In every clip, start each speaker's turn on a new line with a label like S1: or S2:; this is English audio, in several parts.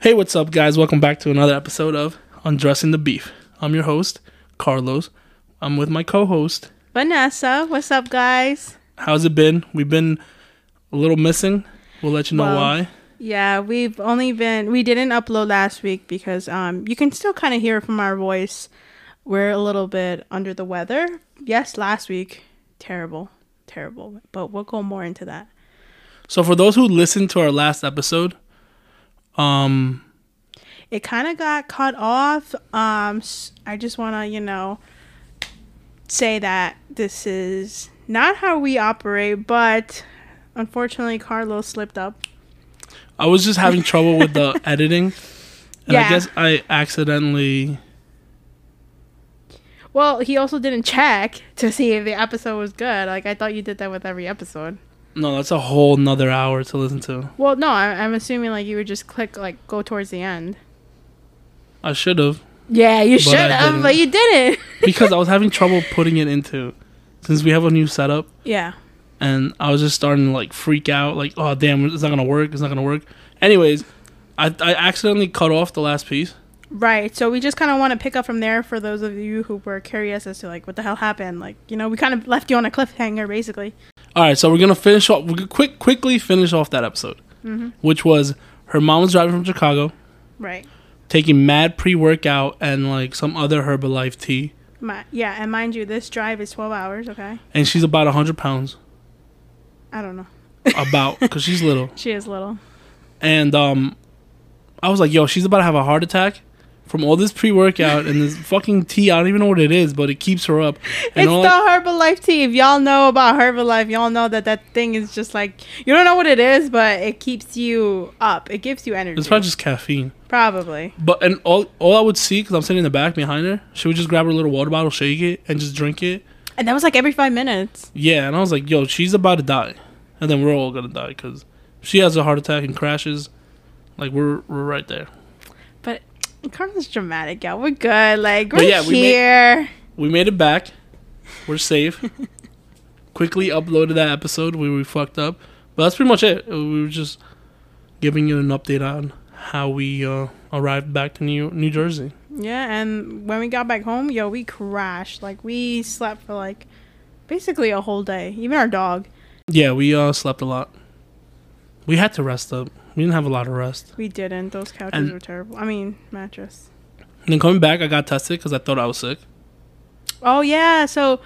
S1: Hey, what's up, guys? Welcome back to another episode of Undressing the Beef. I'm your host, Carlos. I'm with my co host.
S2: Vanessa, what's up, guys?
S1: How's it been? We've been a little missing. We'll let you know
S2: Well,
S1: why.
S2: Yeah, we've only been we didn't upload last week because um you can still kind of hear from our voice. We're a little bit under the weather. Yes, last week terrible, terrible. But we'll go more into that.
S1: So, for those who listened to our last episode, um,
S2: It kind of got cut off. Um s- I just want to, you know, say that this is not how we operate, but unfortunately Carlos slipped up.
S1: I was just having trouble with the editing. And I
S2: Yeah.
S1: guess I accidentally.
S2: Well, he also didn't check to see if the episode was good. Like I thought you did that with every episode.
S1: No, that's a whole nother hour to listen to.
S2: Well, no, I, I'm assuming like you would just click like go towards the end.
S1: I should have.
S2: Yeah, you
S1: But I
S2: should have,
S1: didn't.
S2: but you didn't.
S1: Because I was having trouble putting it into. Since we have a new setup,
S2: yeah,
S1: and I was just starting to like freak out, like, oh damn, it's not gonna work, it's not gonna work. Anyways, I I accidentally cut off the last piece.
S2: right. So we just kind of want to pick up from there for those of you who were curious as to like what the hell happened. Like you know, we kind of left you on a cliffhanger basically.
S1: All right, so we're gonna finish off. We're gonna quick quickly finish off that episode, which was her mom was driving from Chicago,
S2: Right.
S1: taking mad pre workout and like some other Herbalife tea,
S2: My, yeah, and mind you, this drive is 12 hours. Okay,
S1: and she's about hundred pounds,
S2: I don't know.
S1: about because she's little.
S2: She is little.
S1: And um, I was like, yo, she's about to have a heart attack. From all this pre-workout and this fucking tea, I don't even know what it is, but it keeps her up. And
S2: It's
S1: all
S2: the Herbalife tea. If y'all know about Herbalife, y'all know that that thing is just like you don't know what it is, but it keeps you up. It gives you energy.
S1: it's probably just caffeine.
S2: Probably.
S1: But and all all I would see because I'm sitting in the back behind her, she would just grab her little water bottle, shake it, and just drink it.
S2: And that was like every five minutes.
S1: Yeah, and I was like, "Yo, she's about to die," and then we're all gonna die because she has a heart attack and crashes. Like we're we're right there.
S2: But Carmen's dramatic, y'all. We're good. Like
S1: But
S2: we're
S1: yeah, we made-
S2: here.
S1: We made it back. We're safe. Quickly uploaded that episode where we fucked up, but that's pretty much it. We were just giving you an update on how we uh, arrived back to New New Jersey.
S2: yeah, and when we got back home, yo, we crashed. Like we slept for like basically a whole day. Even our dog.
S1: Yeah, we uh, slept a lot. We had to rest up. We didn't have a lot of rest.
S2: We didn't. Those couches
S1: And-
S2: were terrible. I mean, mattress.
S1: And then coming back, I got tested because I thought I was sick.
S2: Oh yeah, so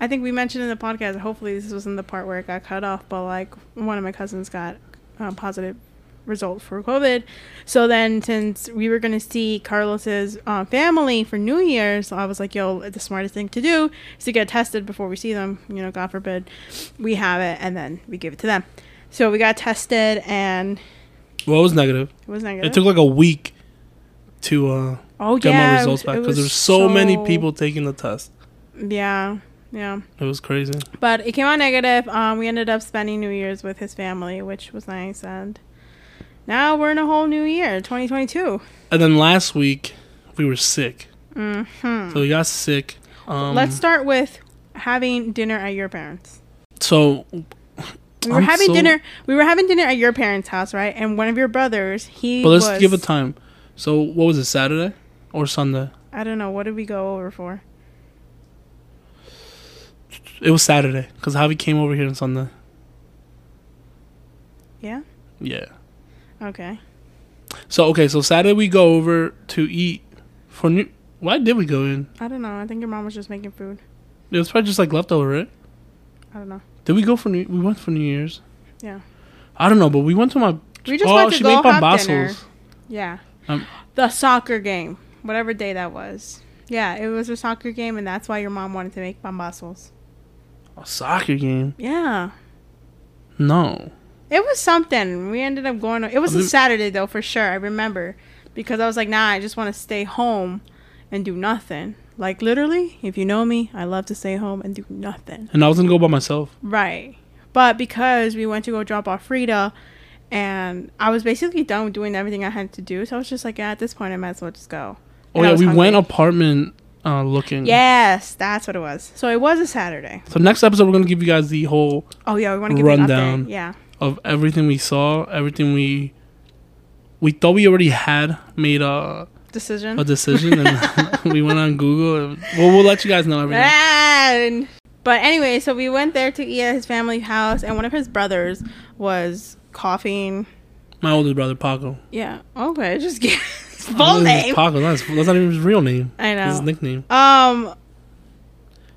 S2: I think we mentioned in the podcast. Hopefully, this was in the part where it got cut off. But like, one of my cousins got a positive result for COVID. So then, since we were gonna see Carlos's uh, family for New Year's, I was like, "Yo, the smartest thing to do is to get tested before we see them. You know, God forbid we have it, and then we give it to them." So we got tested, and
S1: Well, it was negative.
S2: it was negative.
S1: It took like a week to uh,
S2: oh
S1: get
S2: yeah,
S1: my
S2: it
S1: results
S2: was-
S1: back
S2: it
S1: because
S2: was
S1: there's so, many
S2: so-
S1: people taking the test.
S2: Yeah, yeah.
S1: It was crazy.
S2: But it came out negative. Um, we ended up spending New Year's with his family, which was nice. And now we're in a whole new year, 2022.
S1: And then last week we were sick,
S2: hmm
S1: so we got sick. Um,
S2: Let's start with having dinner at your parents.
S1: So
S2: We were
S1: I'm
S2: having
S1: so-
S2: dinner. We were having dinner at your parents' house, right? And one of your brothers, he
S1: but let's
S2: was.
S1: give a time. So what was it? Saturday or Sunday?
S2: I don't know. What did we go over for?
S1: It was Saturday because Javi came over here on Sunday.
S2: Yeah.
S1: Yeah.
S2: Okay.
S1: So okay, so Saturday we go over to eat for new. Why did we go in?
S2: I don't know. I think your mom was just making food.
S1: It was probably just like leftover, right?
S2: I don't know.
S1: Did we go for New? We went for New Year's.
S2: Yeah.
S1: I don't know, but we went to my.
S2: We just went to go have
S1: pambazos.
S2: dinner. Yeah.
S1: Um,
S2: the soccer game, whatever day that was. Yeah, it was a soccer game, and that's why your mom wanted to make bombazos.
S1: A soccer game?
S2: Yeah.
S1: No.
S2: It was something. We ended up going. It was
S1: I
S2: a
S1: mean-
S2: Saturday, though, for sure. I remember. Because I was like, nah, I just want to stay home and do nothing. Like, literally, if you know me, I love to stay home and do nothing.
S1: And I was gonna go by myself.
S2: Right. But because we went to go drop off Frida, and I was basically done with doing everything I had to do. So I was just like, yeah, at this point, I might as well just go.
S1: Oh
S2: And I
S1: yeah,
S2: was
S1: we went
S2: hungry.
S1: apartment uh, looking.
S2: Yes, that's what it was. So it was a Saturday.
S1: So next episode, we're gonna give you guys the whole
S2: Oh yeah, we want to give you an
S1: Rundown.
S2: update. Yeah,
S1: of everything we saw, everything we we thought we already had made a
S2: Decision.
S1: a decision, and we went on Google. And, well, we'll let you guys know everything.
S2: And- but anyway, so we went there to eat at his family house, and one of his brothers was coughing.
S1: My older brother Paco.
S2: Yeah. Okay. Just get his
S1: Not even
S2: full
S1: his
S2: name.
S1: Paco. That's, that's not even his real name.
S2: I
S1: His
S2: know.
S1: nickname.
S2: Um,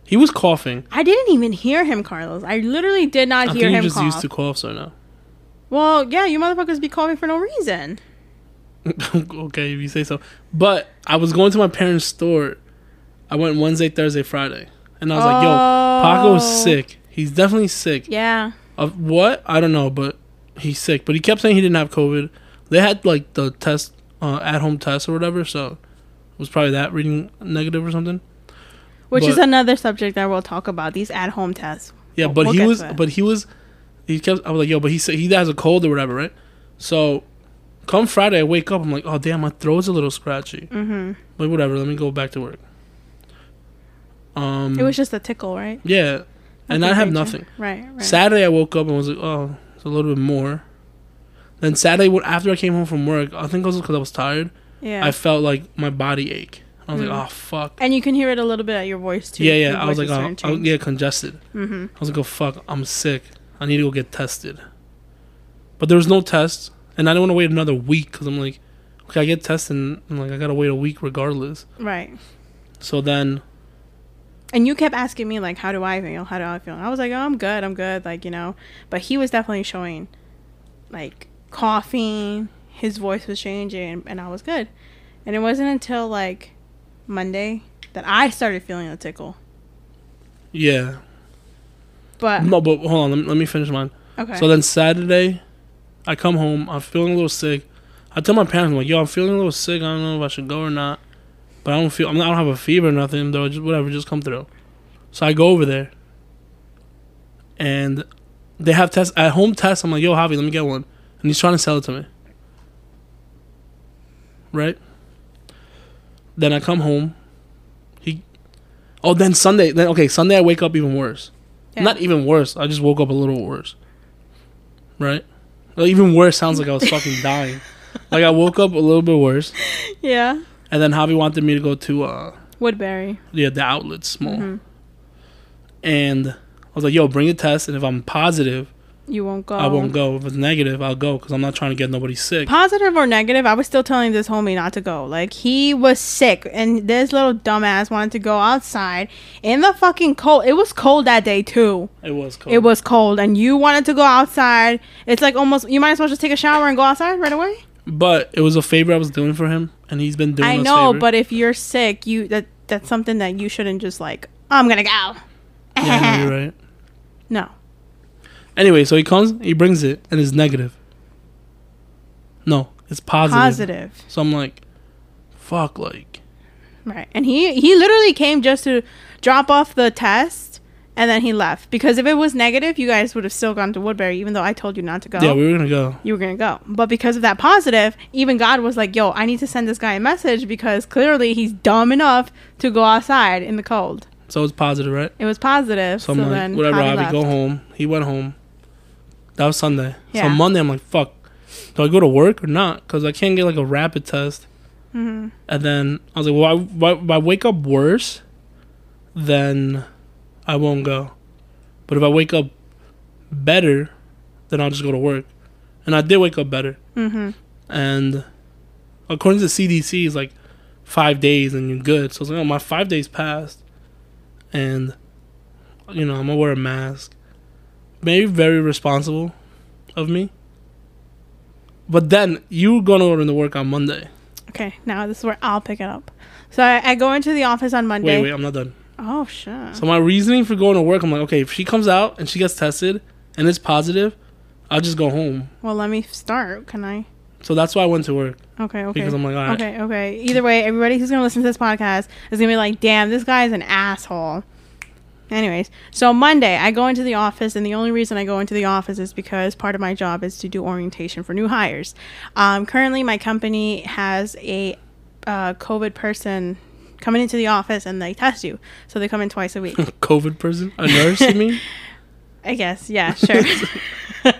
S1: He was coughing.
S2: I didn't even hear him, Carlos. I literally did not
S1: I
S2: hear
S1: think he
S2: him
S1: just
S2: cough.
S1: used to coughs right now.
S2: Well, yeah, you motherfuckers be calling for no reason.
S1: okay, if you say so. But I was going to my parents' store. I went Wednesday, Thursday, Friday, and I was like, "Yo, Paco's
S2: Oh.
S1: sick. He's definitely sick.
S2: Yeah.
S1: Of what? I don't know, but he's sick. But he kept saying he didn't have COVID. They had like the test, uh, at-home test or whatever. So it was probably that reading negative or something.
S2: Which is
S1: But-
S2: another subject that we'll talk about these at home tests.
S1: Yeah,
S2: We'll-
S1: but
S2: we'll
S1: he
S2: get
S1: was,
S2: to it.
S1: but he was, he kept. I was like, yo, but he said he has a cold or whatever, right? So, come Friday, I wake up. I'm like, oh damn, my throat's a little scratchy.
S2: hmm
S1: But whatever, let me go back to work. Um,
S2: It was just a tickle, right?
S1: yeah, and I
S2: Nothing
S1: have
S2: major.
S1: nothing.
S2: Right, right.
S1: Saturday, I woke up and was like, oh, it's a little bit more. Then Saturday, when- after I came home from work, I think it was because I was tired.
S2: yeah.
S1: I felt like my body ache. I was
S2: Mm.
S1: like, oh fuck.
S2: and you can hear it a little bit at your voice too.
S1: yeah,
S2: Your
S1: yeah. I was like,
S2: voice is
S1: oh, I
S2: starting
S1: was-
S2: to
S1: yeah, congested.
S2: change. Mhm.
S1: I was like, oh fuck, I'm sick. I need to go get tested. But there was no test, and I didn't want to wait another week because I'm like, okay, I get tested, and I'm like, I gotta wait a week regardless.
S2: Right.
S1: So then,
S2: And you kept asking me like, "How do I feel? How do I feel?" And I was like, "Oh, I'm good. I'm good." Like you know, but he was definitely showing, like coughing. His voice was changing, and I was good. And it wasn't until like Monday that I started feeling the tickle.
S1: yeah,
S2: But
S1: No, but hold on. Let me, let me finish mine.
S2: okay,
S1: So then Saturday, I come home. I'm feeling a little sick. I tell my parents, I'm like, yo, I'm feeling a little sick. I don't know if I should go or not. But I don't feel. I'm not, I don't have a fever or nothing. Though, just whatever. Just come through. So I go over there, and they have tests at home tests. I'm like, yo, Javi, let me get one. And he's trying to sell it to me. Right. Then I come home. He. Oh, then Sunday. Then okay, Sunday I wake up even worse.
S2: Yeah.
S1: Not e- even worse. I just woke up a little worse. Right? Like, even worse sounds like I was fucking dying. Like I woke up a little bit worse,
S2: yeah,
S1: and then Javi wanted me to go to uh
S2: Woodbury.
S1: yeah the outlets mall,
S2: Mhm.
S1: and I was like, yo, bring a test, and if I'm positive,
S2: You won't go.
S1: I won't go. If it's negative, I'll go because I'm not trying to get nobody sick.
S2: Positive or negative, I was still telling this homie not to go. Like he was sick, and this little dumbass wanted to go outside in the fucking cold. It was cold that day too.
S1: It was cold.
S2: It was cold, and you wanted to go outside. It's like almost you might as well just take a shower and go outside right away.
S1: but it was a favor I was doing for him, and he's been doing.
S2: I
S1: us
S2: know,
S1: favor.
S2: but if you're sick, you that that's something that you shouldn't just like. I'm gonna go.
S1: yeah, I know, you're right.
S2: No,
S1: Anyway, so he comes, he brings it, and it's negative. No, it's positive.
S2: positive.
S1: So I'm like, fuck, like,
S2: Right. And he he literally came just to drop off the test and then he left because if it was negative, you guys would have still gone to Woodbury even though I told you not to go.
S1: yeah, we were gonna go.
S2: you were going to go. But because of that positive, even God was like, "Yo, I need to send this guy a message because clearly he's dumb enough to go outside in the cold."
S1: So it's positive, right?
S2: It was positive.
S1: So
S2: So,
S1: I'm like,
S2: then
S1: whatever,
S2: Javi
S1: Javi, go
S2: left.
S1: home. He went home. That was Sunday. So
S2: Yeah.
S1: Monday, I'm like, fuck, do I go to work or not? Because I can't get like a rapid test.
S2: Mhm.
S1: And then I was like, well, I, why- if I wake up worse, then I won't go. But if I wake up better, then I'll just go to work. And I did wake up better.
S2: Mhm.
S1: And according to CDC, it's like five days and you're good. So I was like, oh, my five days passed, and you know I'm gonna wear a mask. Maybe very responsible of me. But then you gonna go to work on Monday.
S2: Okay. Now this is where I'll pick it up. So I, I go into the office on Monday.
S1: Wait, wait, I'm not done.
S2: Oh shit.
S1: So my reasoning for going to work, I'm like, okay, if she comes out and she gets tested and it's positive, I'll just go home.
S2: well, let me start. Can I?
S1: So that's why I went to work
S2: Okay, okay.
S1: because I'm like, all right,
S2: Okay, okay. Either way, everybody who's gonna listen to this podcast is gonna be like, "Damn, this guy is an asshole." Anyways, so Monday I go into the office, and the only reason I go into the office is because part of my job is to do orientation for new hires. Um, currently, my company has a uh, COVID person coming into the office, and they test you, so they come in twice a week.
S1: COVID person, a nurse, you mean?
S2: I guess, yeah, sure.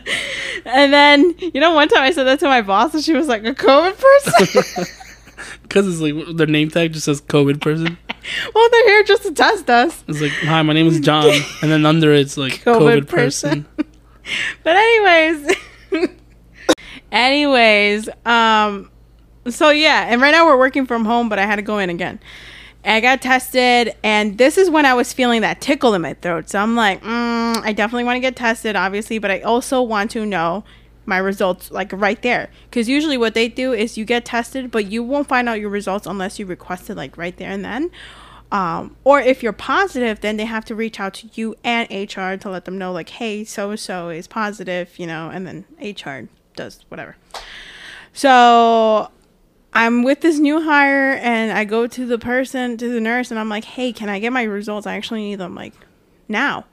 S2: And then, you know, one time I said that to my boss and she was like, a COVID person?
S1: Because it's like their name tag just says COVID person.
S2: well, they're here just to test us.
S1: It's like, hi, my name is John. And then under it's like
S2: COVID
S1: COVID, person.
S2: But anyways, anyways, um, so yeah, and right now we're working from home, but I had to go in again. And I got tested, and this is when I was feeling that tickle in my throat. So I'm like, mm, I definitely want to get tested, obviously, but I also want to know my results like right there because usually what they do is you get tested but you won't find out your results unless you request it like right there and then um, or if you're positive then they have to reach out to you and hr to let them know like hey so and so is positive you know and then hr does whatever so i'm with this new hire and i go to the person to the nurse and i'm like hey can i get my results i actually need them like now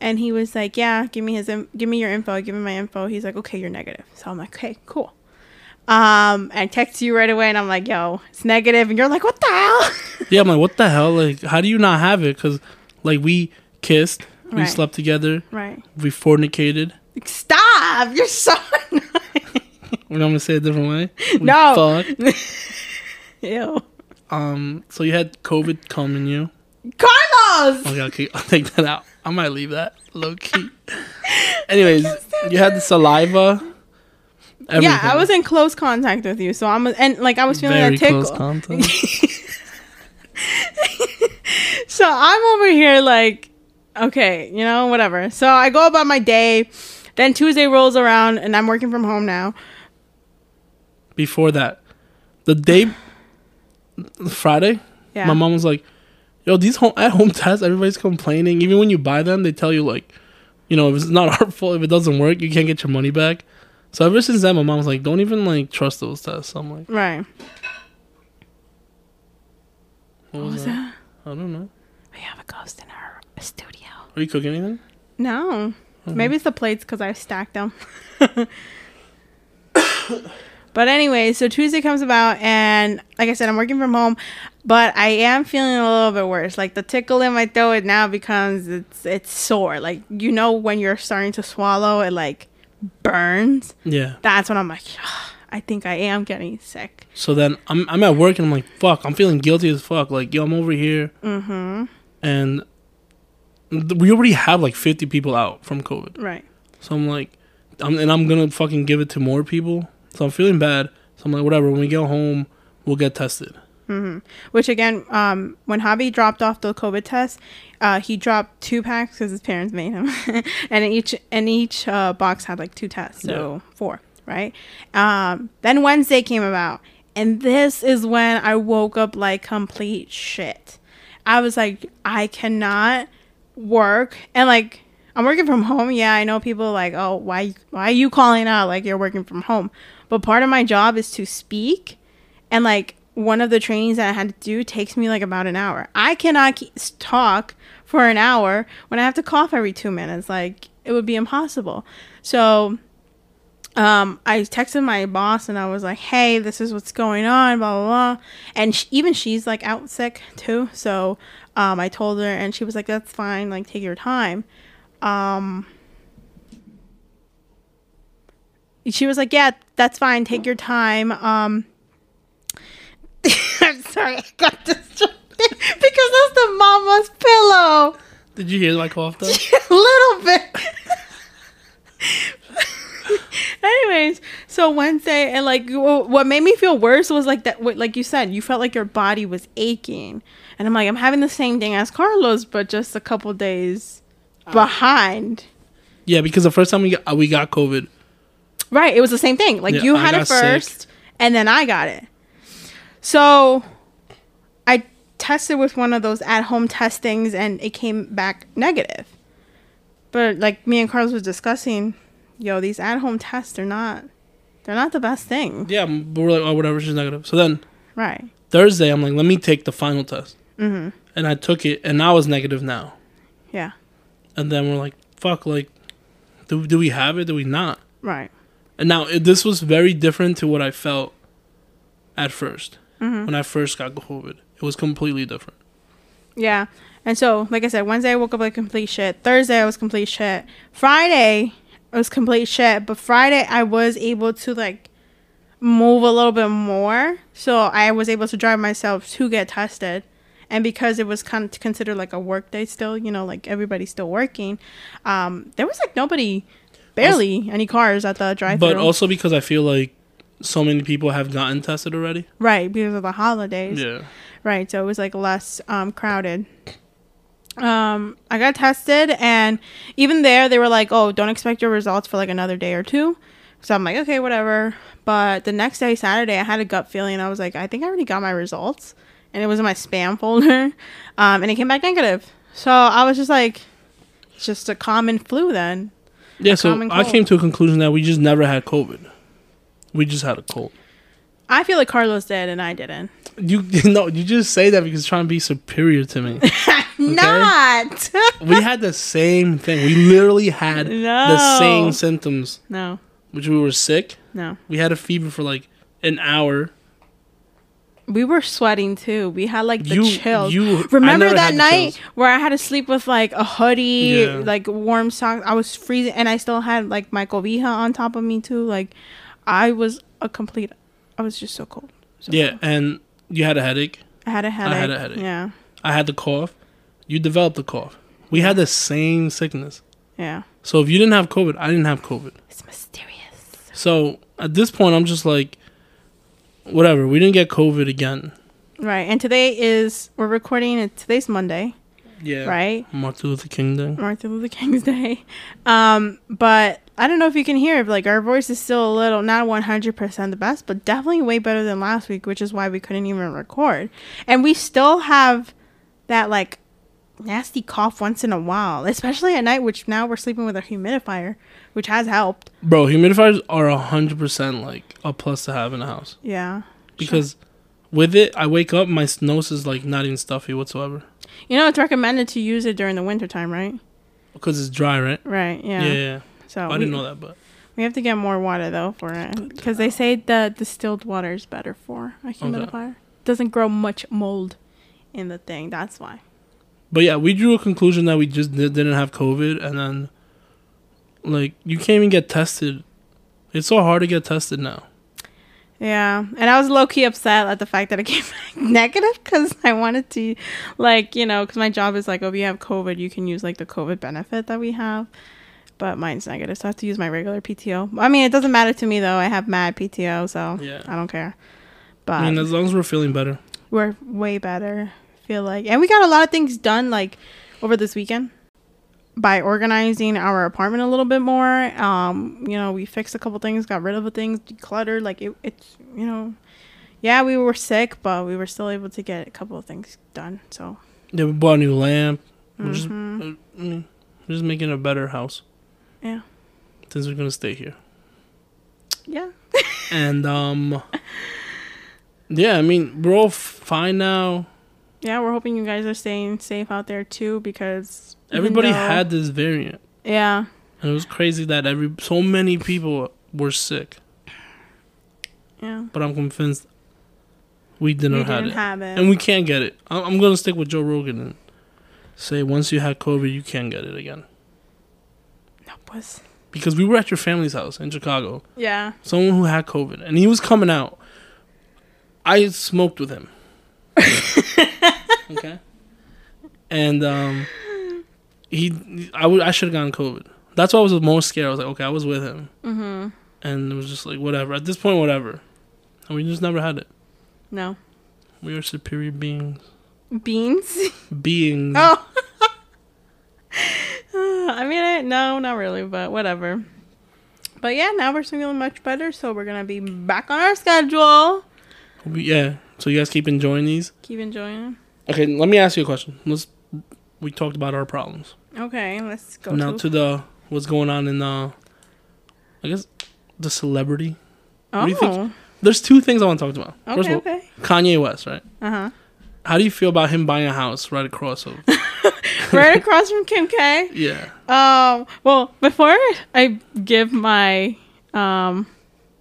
S2: and he was like yeah give me his in- give me your info give me my info he's like okay you're negative so i'm like okay cool um and I text you right away and i'm like yo it's negative and you're like what the hell
S1: Yeah, I'm like, what the hell? Like, how do you not have it? Because, like, we kissed, we
S2: Right.
S1: slept together,
S2: right
S1: we fornicated.
S2: Stop! You're so annoying.
S1: We're not gonna say it a different way. We
S2: No.
S1: fucked.
S2: Ew.
S1: Um. So you had COVID come in you.
S2: Carlos!
S1: Okay, okay. I'll take that out. I might leave that low key. Anyways, you had the saliva. Everything.
S2: Yeah, I was in close contact with you, so I'm and like I was feeling
S1: very
S2: that tickle.
S1: close contact.
S2: so I'm over here like, okay, you know, whatever. So I go about my day. Then Tuesday rolls around and I'm working from home now.
S1: Before that, the day Friday,
S2: Yeah.
S1: my mom was like, "Yo, these home at home tests, everybody's complaining. Even when you buy them, they tell you like, you know, if it's not harmful, if it doesn't work, you can't get your money back." So ever since then, my mom was like, "Don't even like trust those tests." I'm like,
S2: Right.
S1: "What was,
S2: was
S1: that? I don't know.
S2: We have a ghost in our studio.
S1: Are you cooking anything?"
S2: No. Maybe it's the plates because I stacked them. but anyway, so Tuesday comes about, and like I said, I'm working from home, but I am feeling a little bit worse. Like the tickle in my throat it now becomes it's it's sore. Like you know when you're starting to swallow, it like burns.
S1: Yeah.
S2: That's when I'm like, I think I am getting sick.
S1: So then I'm I'm at work and I'm like, fuck, I'm feeling guilty as fuck. Like, yo, I'm over here,
S2: Mm-hmm.
S1: and th- we already have like 50 people out from COVID.
S2: Right.
S1: So I'm like, I'm, and I'm gonna fucking give it to more people. So I'm feeling bad. So I'm like, whatever. When we get home, we'll get tested.
S2: Which again, um, when Hobby dropped off the COVID test, uh, he dropped two packs because his parents made him, and each and each uh, box had like two tests, so four, right? Um, then Wednesday came about, and this is when I woke up like complete shit. I was like, I cannot work, and like I'm working from home. Yeah, I know people are like, oh, why why are you calling out like you're working from home? But part of my job is to speak and like one of the trainings that I had to do takes me like about an hour. I cannot ke- s- talk for an hour when I have to cough every two minutes. Like it would be impossible. So, um, I texted my boss and I was like, "Hey, this is what's going on." Blah blah blah. And sh even she's like out sick too. So, um, I told her and she was like, "That's fine. Like take your time." Um, she was like, "Yeah, that's fine. Take your time." Um. I'm sorry, I got distracted because that's the mama's pillow.
S1: Did you hear like off that?
S2: A little bit. Anyways, so Wednesday and like wh- what made me feel worse was like that what like you said, you felt like your body was aching. And I'm like I'm having the same thing as Carlos but just a couple days behind.
S1: yeah, because the first time we got, uh, we got COVID,
S2: Right. It was the same thing. Like
S1: Yeah,
S2: you
S1: I
S2: had
S1: got
S2: it
S1: sick.
S2: first, and then I got it. So I tested with one of those at home testings, and it came back negative. But like me and Carlos was discussing, yo, these at home tests are not, they're not the best thing.
S1: yeah, but we're like, oh, whatever, she's negative. So then
S2: Right.
S1: Thursday, I'm like, let me take the final test, mm-hmm. and I took it, and I was negative now.
S2: Yeah.
S1: And then we're like, fuck, like, do do we have it? Do we not?
S2: Right.
S1: And now it- this was very different to what I felt at 1st when I first got COVID. It was completely different.
S2: Yeah. And so, like I said, Wednesday I woke up like complete shit. Thursday I was complete shit. Friday it was complete shit. But Friday, I was able to like move a little bit more, so I was able to drive myself to get tested. And because it was kind of considered like a work day still, you know, like everybody's still working, um, there was like nobody, barely any cars at the drive-through.
S1: But also because I feel like so many people have gotten tested already.
S2: right because of the holidays.
S1: Yeah.
S2: Right, so it was like less um, crowded. Um, I got tested, and even there, they were like, "Oh, don't expect your results for like another day or two. So I'm like, "Okay, whatever." But the next day, Saturday, I had a gut feeling. I was like, "I think I already got my results," and it was in my spam folder, um, and it came back negative. So I was just like, "It's just a common flu, then."
S1: Yeah, so
S2: common
S1: I
S2: cold.
S1: came to a conclusion that we just never had COVID. We just had a cold.
S2: I feel like Carlos did, and I didn't.
S1: You no, you just say that because you're trying to be superior to me.
S2: Not.
S1: we had the same thing. We literally had the
S2: No.
S1: same symptoms,
S2: no,
S1: which we were sick.
S2: no.
S1: We had a fever for like an hour.
S2: We were sweating too. We had like the
S1: You-
S2: chills.
S1: you- I
S2: remember
S1: never
S2: that
S1: had the
S2: night
S1: chills.
S2: where I had to sleep with like a hoodie,
S1: Yeah.
S2: like warm socks. I was freezing, and I still had like my cobija on top of me too. Like I was a complete. I was just so cold. So
S1: Yeah,
S2: cold.
S1: and you had a headache.
S2: I had a headache.
S1: had a headache.
S2: Yeah,
S1: I had the cough. You developed the cough. We had the same sickness.
S2: yeah.
S1: So if you didn't have COVID, I didn't have COVID.
S2: It's mysterious.
S1: So at this point, I'm just like, whatever. We didn't get COVID again.
S2: Right, and today is we're recording it. Today's Monday,
S1: Yeah.
S2: right?
S1: Martin Luther King Day.
S2: Martin Luther King's Day. Um, but I don't know if you can hear it. Like our voice is still a little, not one hundred percent the best, but definitely way better than last week, which is why we couldn't even record. And we still have that like nasty cough once in a while, especially at night. Which now we're sleeping with a humidifier, which has helped.
S1: Bro, humidifiers are hundred percent like a plus to have in a house
S2: Yeah,
S1: because with it, I wake up, my nose is like not even stuffy whatsoever
S2: you know it's recommended to use it during the wintertime, right?
S1: because it's dry, right?
S2: Right. Yeah.
S1: Yeah. yeah, yeah.
S2: So
S1: I
S2: we,
S1: didn't know that, but
S2: we have to get more water though for it because they say the distilled water is better for a humidifier. Doesn't grow much mold in the thing. That's why.
S1: but yeah, we drew a conclusion that we just di- didn't have COVID, and then like you can't even get tested. It's so hard to get tested now.
S2: Yeah, and I was low key upset at the fact that it came back negative because I wanted to, like, you know, because my job is like, oh, if you have COVID, you can use like the COVID benefit that we have, but mine's negative, so I have to use my regular PTO. I mean, it doesn't matter to me though. I have mad PTO, so
S1: Yeah.
S2: I don't care. But
S1: I mean, as long as we're feeling better,
S2: we're way better I feel like and we got a lot of things done like over this weekend by organizing our apartment a little bit more um you know we fixed a couple things got rid of the things decluttered like it, it's you know yeah we were sick but we were still able to get a couple of things done so
S1: yeah, we bought a new lamp. We're just,
S2: mhm.
S1: uh, I mean, we're just making a better house
S2: yeah
S1: since we're gonna stay here.
S2: yeah
S1: And um, yeah, I mean, we're all f- fine now.
S2: yeah we're hoping you guys are staying safe out there too because even
S1: Everybody
S2: though-
S1: had this variant,
S2: yeah
S1: and it was crazy that every so many people were sick.
S2: yeah
S1: But I'm convinced we didn't,
S2: you
S1: have
S2: didn't
S1: it,
S2: have it
S1: and we can't get it. I- I'm gonna stick with Joe Rogan and say once you had COVID, you can't get it again
S2: no was
S1: because we were at your family's house in Chicago.
S2: yeah
S1: Someone who had COVID, and he was coming out. I smoked with him. okay, and um, he, I would, I should have gotten COVID. That's why I was the most scared. I was like, okay, I was with him.
S2: mm-hmm
S1: and it was just like whatever. At this point, whatever, and we just never had it.
S2: no
S1: We are superior beings.
S2: beans
S1: Beings.
S2: Oh. I mean, I, no, not really, but whatever. But yeah, now we're feeling much better, so we're gonna be back on our schedule.
S1: We- yeah. So you guys keep enjoying these.
S2: Keep enjoying.
S1: Okay, let me ask you a question. Let's. We talked about our problems.
S2: Okay, let's go.
S1: now
S2: to-
S1: to the what's going on in the. I guess the celebrity.
S2: oh,
S1: what do you think? There's two things I want to talk about. First
S2: okay,
S1: of all,
S2: Oh, okay.
S1: Kanye West, right?
S2: Uh huh.
S1: How do you feel about him buying a house right across? Of,
S2: right across from Kim K.
S1: yeah.
S2: Um. Well, before I give my um,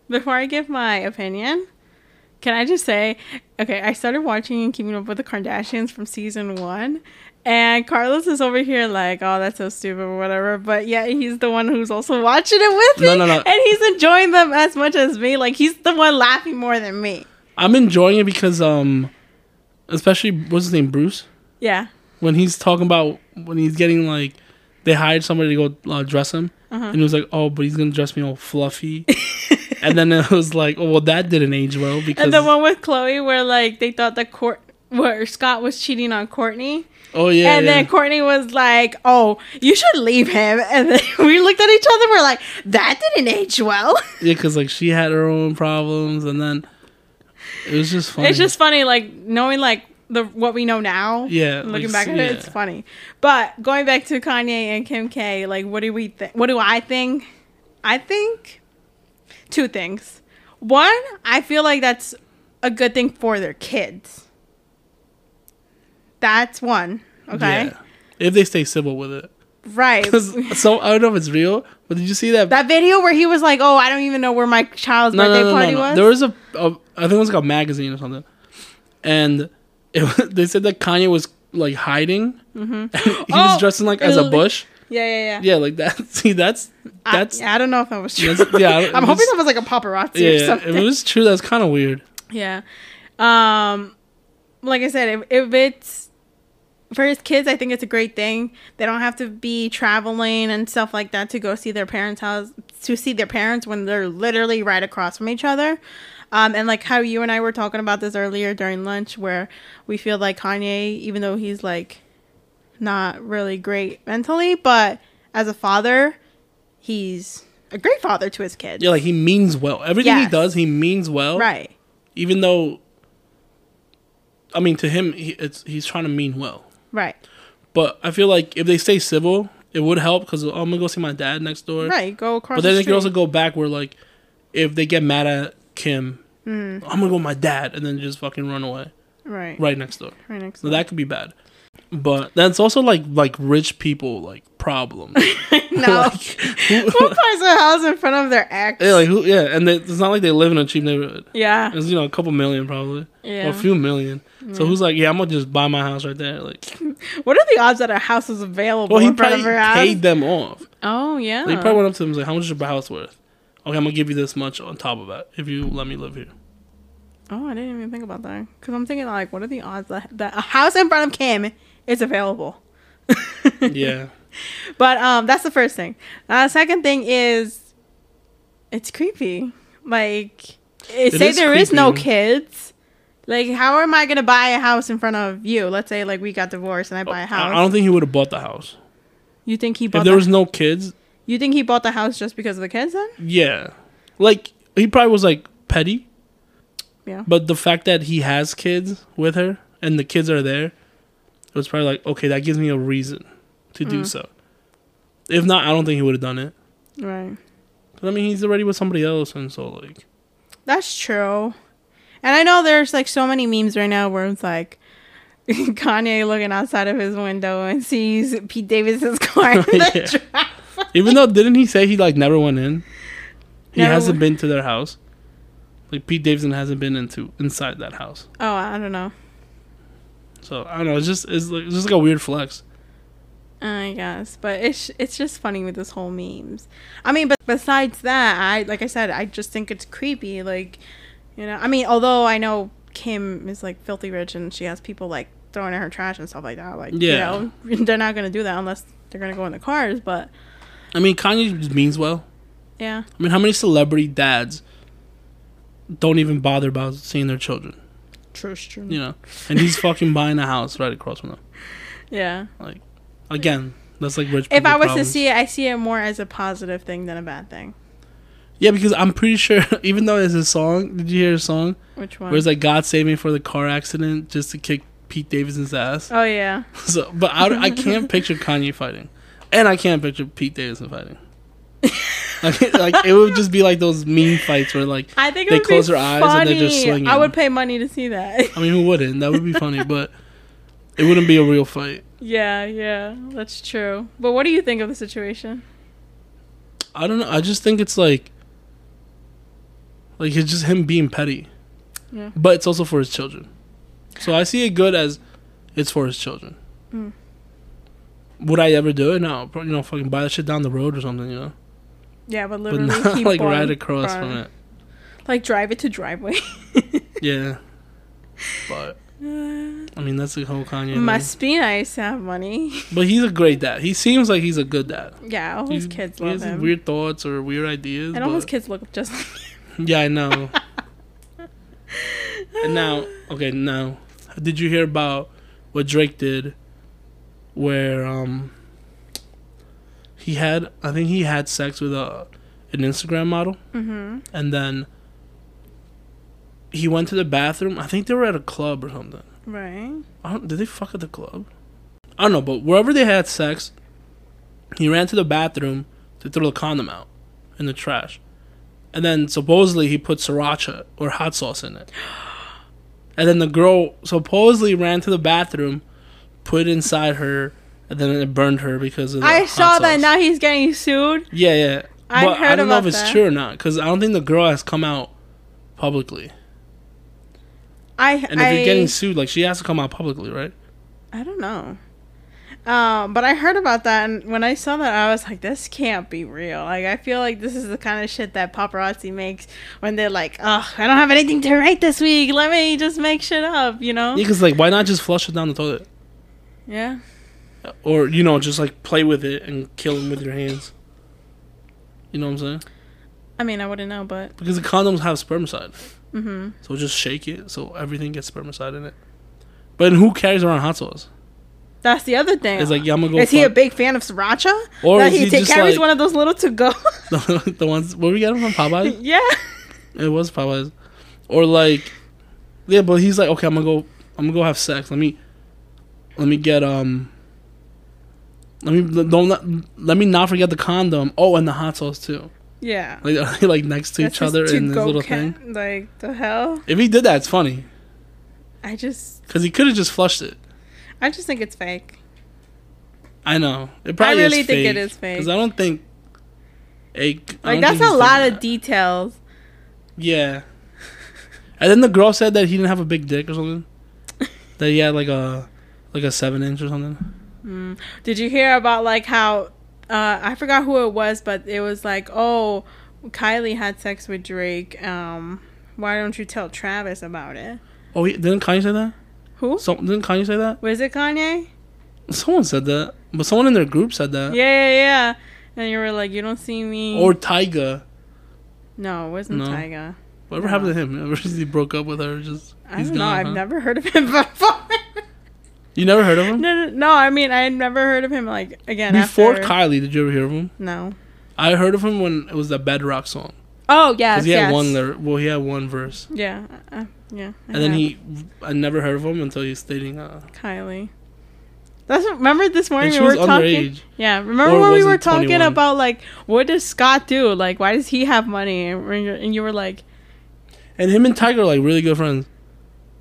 S2: before I give my opinion, Can I just say, okay, I started watching Keeping Up with the Kardashians from season one, and Carlos is over here like, oh, that's so stupid or whatever. But yeah, he's the one who's also watching it with
S1: No,
S2: me,
S1: no, no.
S2: and he's enjoying them as much as me. Like he's the one laughing more than me.
S1: I'm enjoying it because um, especially what's his name, Bruce,
S2: Yeah.
S1: when he's talking about when he's getting like, they hired somebody to go uh, dress him,
S2: Uh-huh.
S1: and he was like, oh, but he's gonna dress me all fluffy, and then it was like, oh, well, that didn't age well because
S2: And the one with Chloe where like they thought that court where Scott was cheating on Courtney.
S1: oh yeah,
S2: and
S1: yeah.
S2: then Courtney was like, "Oh, you should leave him." And then we looked at each other. We're like, "That didn't age well."
S1: Yeah, because like she had her own problems, and then it was just funny.
S2: It's just funny, like knowing like the what we know now.
S1: Yeah,
S2: and
S1: like,
S2: looking back at
S1: yeah.
S2: it, it's funny. But going back to Kanye and Kim K, like, what do we think? What do I think? I think two things. One, I feel like that's a good thing for their kids. That's one. Okay.
S1: Yeah. If they stay civil with it,
S2: Right.
S1: 'Cause- so I don't know if it's real, but did you see that?
S2: That video where he was like, "Oh, I don't even know where my child's
S1: no,
S2: birthday
S1: no, no,
S2: party
S1: no, no.
S2: was."
S1: There was a, a, I think it was like a magazine or something, and it was, they said that Kanye was like hiding. Mm-hmm. he
S2: Oh,
S1: was dressing like as a
S2: really?
S1: bush.
S2: yeah, yeah, yeah.
S1: Yeah, like that. See, that's that's
S2: I, yeah, I don't know if that was true.
S1: That's- yeah, it
S2: I'm hoping
S1: was-
S2: that was like a paparazzi
S1: yeah.
S2: or
S1: If
S2: something.
S1: it was true, that's kind of weird.
S2: yeah. Um, like I said, if, if it's for his kids, I think it's a great thing. They don't have to be traveling and stuff like that to go see their parents' house to see their parents when they're literally right across from each other. Um, and like how you and I were talking about this earlier during lunch, where we feel like Kanye, even though he's like not really great mentally, but as a father, he's a great father to his kids.
S1: Yeah, like he means well. Everything he
S2: Yes.
S1: does, he means well.
S2: right.
S1: Even though, I mean, to him, he, it's he's trying to mean well.
S2: Right.
S1: But I feel like if they stay civil, it would help because I'm gonna go see my dad next door.
S2: Right. Go across.
S1: But then
S2: the
S1: they
S2: street.
S1: could also go back where like, if they get mad at Kim,
S2: Mm-hmm.
S1: I'm gonna go with my dad, and then just fucking run away
S2: right.
S1: right next door.
S2: Right next.
S1: So that could be bad. But that's also like like rich people like problems.
S2: no.
S1: like, who,
S2: Who buys a house in front of their ex?
S1: yeah, like who? Yeah, and they, it's not like they live in a cheap neighborhood.
S2: yeah.
S1: It's you know a couple million probably,
S2: Yeah.
S1: or a few million. So who's like, yeah, I'm gonna just buy my house right there. Like,
S2: What are the odds that a house is available
S1: well, he
S2: in front of
S1: probably
S2: her house?
S1: paid them off.
S2: Oh yeah.
S1: They probably went up to him and was like, "How much is your house worth?" Okay, I'm gonna give you this much on top of that if you let me live here.
S2: oh, I didn't even think about that because I'm thinking like, what are the odds that, that a house in front of Kim is available?
S1: Yeah,
S2: But um, that's the first thing. Uh, second thing is, it's creepy. Like,
S1: It
S2: it, say
S1: is
S2: there is no
S1: creepy.
S2: kids. Like, how am I gonna buy a house in front of you? Let's say like we got divorced and I buy
S1: Oh, I-
S2: a house.
S1: I don't think he would have bought the house
S2: you think he
S1: if
S2: bought?
S1: there
S2: the-
S1: was no kids.
S2: you think he bought the house just because of the kids? Then
S1: Yeah, like he probably was like petty,
S2: yeah.
S1: but the fact that he has kids with her and the kids are there, it was probably like, okay, that gives me a reason to
S2: Mm.
S1: do so. If not, I don't think he would have done it.
S2: Right.
S1: But, I mean, he's already with somebody else, and so like,
S2: That's true. And I know there's like so many memes right now where it's like Kanye looking outside of his window and sees Pete Davidson's car in the drive.
S1: even though didn't he say he like never went in? He
S2: Never
S1: hasn't
S2: went-
S1: been to their house. Like Pete Davidson hasn't been into inside that house.
S2: Oh, I don't know.
S1: So I don't know. It's just it's, like, it's just like a weird flex.
S2: I guess, but it's it's just funny with this whole memes. I mean, but besides that, I like I said, I just think it's creepy. Like, you know, I mean, although I know Kim is like filthy rich and she has people like throwing in her trash and stuff like that. Like,
S1: Yeah.
S2: you know, they're not gonna do that unless they're gonna go in the cars. But
S1: I mean, Kanye just means well.
S2: yeah,
S1: I mean, how many celebrity dads don't even bother about seeing their children?
S2: true, true.
S1: You know, and he's fucking buying a house right across from them.
S2: Yeah.
S1: Like, again, that's like rich.
S2: If
S1: people
S2: I was
S1: problems.
S2: to see it, I see it more as a positive thing than a bad thing.
S1: yeah, because I'm pretty sure, even though it's a song, did you hear his song?
S2: Which one?
S1: Where it's like God save me for the car accident just to kick Pete Davidson's ass.
S2: oh yeah.
S1: So, but I, I can't picture Kanye fighting, and I can't picture Pete Davidson fighting. like, like it would just be like those mean fights where like
S2: I think it
S1: They
S2: would
S1: close
S2: be
S1: their eyes and they're just
S2: funny. I
S1: swinging.
S2: would pay money to see that.
S1: I mean who wouldn't that would be funny but it wouldn't be a real fight.
S2: Yeah, yeah, that's true. But what do you think of the situation?
S1: I don't know. I just think it's like like it's just him being petty.
S2: Yeah.
S1: but it's also for his children. So I see it good as it's for his children.
S2: Mm.
S1: Would I ever do it? No, probably, you know, fucking buy that shit down the road or something, you know.
S2: Yeah, but
S1: But
S2: literally
S1: not
S2: keep
S1: like
S2: on-
S1: right across
S2: on-
S1: from it.
S2: Like drive it to driveway.
S1: Yeah, but I mean that's the whole Kanye.
S2: Uh, Must be nice to have money.
S1: thing. But he's a great dad. He seems like he's a good dad.
S2: Yeah, all his
S1: He's-
S2: kids
S1: he
S2: love
S1: has
S2: him.
S1: Weird thoughts or weird ideas.
S2: and all his
S1: but-
S2: kids look just like
S1: Yeah, I know. and now, okay, now, did you hear about what Drake did? Where um, he had, I think he had sex with a an Instagram model,
S2: hmm
S1: and then he went to the bathroom. I think they were at a club or something.
S2: Right.
S1: I don't, did they fuck at the club? I don't know, but wherever they had sex, he ran to the bathroom to throw the condom out in the trash. And then supposedly he put sriracha or hot sauce in it. And then the girl supposedly ran to the bathroom, put it inside her, and then it burned her because of the
S2: I
S1: hot
S2: saw that.
S1: sauce.
S2: Now he's getting sued.
S1: Yeah, yeah.
S2: I've
S1: but I
S2: heard
S1: don't know if
S2: about
S1: it's
S2: that.
S1: true or not because I don't think the girl has come out publicly.
S2: I
S1: And if
S2: I,
S1: you're getting sued, like she has to come out publicly, right?
S2: I don't know. Um, but I heard about that, and when I saw that, I was like, "This can't be real." Like, I feel like this is the kind of shit that paparazzi makes when they're like, "Ugh, I don't have anything to write this week. Let me just make shit up," you know?
S1: Yeah, because like why not just flush it down the toilet?
S2: Yeah.
S1: or you know just like play with it and kill him with your hands you know what i'm saying
S2: I mean, I wouldn't know, but
S1: because the condoms have spermicide
S2: hmm
S1: so just shake it so everything gets spermicide in it but who carries around hot sauce
S2: that's the other thing.
S1: it's like yeah, i'm gonna go
S2: is he a
S1: fuck
S2: big fan of sriracha?
S1: Or
S2: that
S1: is
S2: he,
S1: he
S2: ta-
S1: just
S2: carries
S1: like-
S2: one of those little to go.
S1: the, the ones where we got them from popeyes
S2: yeah.
S1: it was popeyes or like yeah but he's like okay i'm gonna go i'm gonna go have sex let me let me get um let me don't let, let me not forget the condom oh and the hot sauce too
S2: Yeah.
S1: like are they like next to
S2: That's
S1: each
S2: his
S1: other in this
S2: to-go
S1: little
S2: ca-
S1: thing
S2: Like the hell?
S1: if he did that it's funny
S2: I just,
S1: Because he could have just flushed it.
S2: I just think it's fake.
S1: I know. It probably
S2: really
S1: is
S2: think
S1: fake,
S2: it is fake.
S1: Because I don't think. A, I
S2: Like
S1: don't
S2: that's
S1: think
S2: a
S1: he's
S2: lot
S1: doing
S2: of
S1: that.
S2: details.
S1: Yeah. And then the girl said that he didn't have a big dick or something. that he had like a like a seven inch or something.
S2: Mm. Did you hear about like how uh, I forgot who it was, but it was like, oh, Kylie had sex with Drake. Um, why don't you tell Travis about it?
S1: Oh, he, didn't Kanye say that?
S2: Who
S1: So, didn't Kanye say that?
S2: was it? Kanye?
S1: Someone said that, but someone in their group said
S2: Yeah,
S1: that.
S2: yeah, yeah. And you were like, you don't see me.
S1: Or Tyga.
S2: no, it wasn't
S1: No.
S2: Tyga.
S1: Whatever
S2: No.
S1: happened to him? Ever since he broke up with her, just
S2: I
S1: he's
S2: don't know.
S1: gone,
S2: I've
S1: huh?
S2: never heard of him before.
S1: You never heard of him?
S2: no, no, no. I mean, I had never heard of him. Like again,
S1: Before
S2: after,
S1: Kylie, did you ever hear of him?
S2: No.
S1: I heard of him when it was the Bedrock song.
S2: Oh yes,
S1: Because he had
S2: yes.
S1: one lyric. Well, he had one verse.
S2: Yeah, uh, yeah. I
S1: And then
S2: have.
S1: he, I never heard of him until he's dating. Uh,
S2: Kylie. That's what- remember this morning
S1: And
S2: we
S1: she
S2: were
S1: was
S2: talking.
S1: underage.
S2: Yeah, remember
S1: Or
S2: when we
S1: wasn't
S2: were talking
S1: 21.
S2: about like what does Scott do? Like why does he have money? And, when you're- and you were like,
S1: and him and Tiger are like really good friends.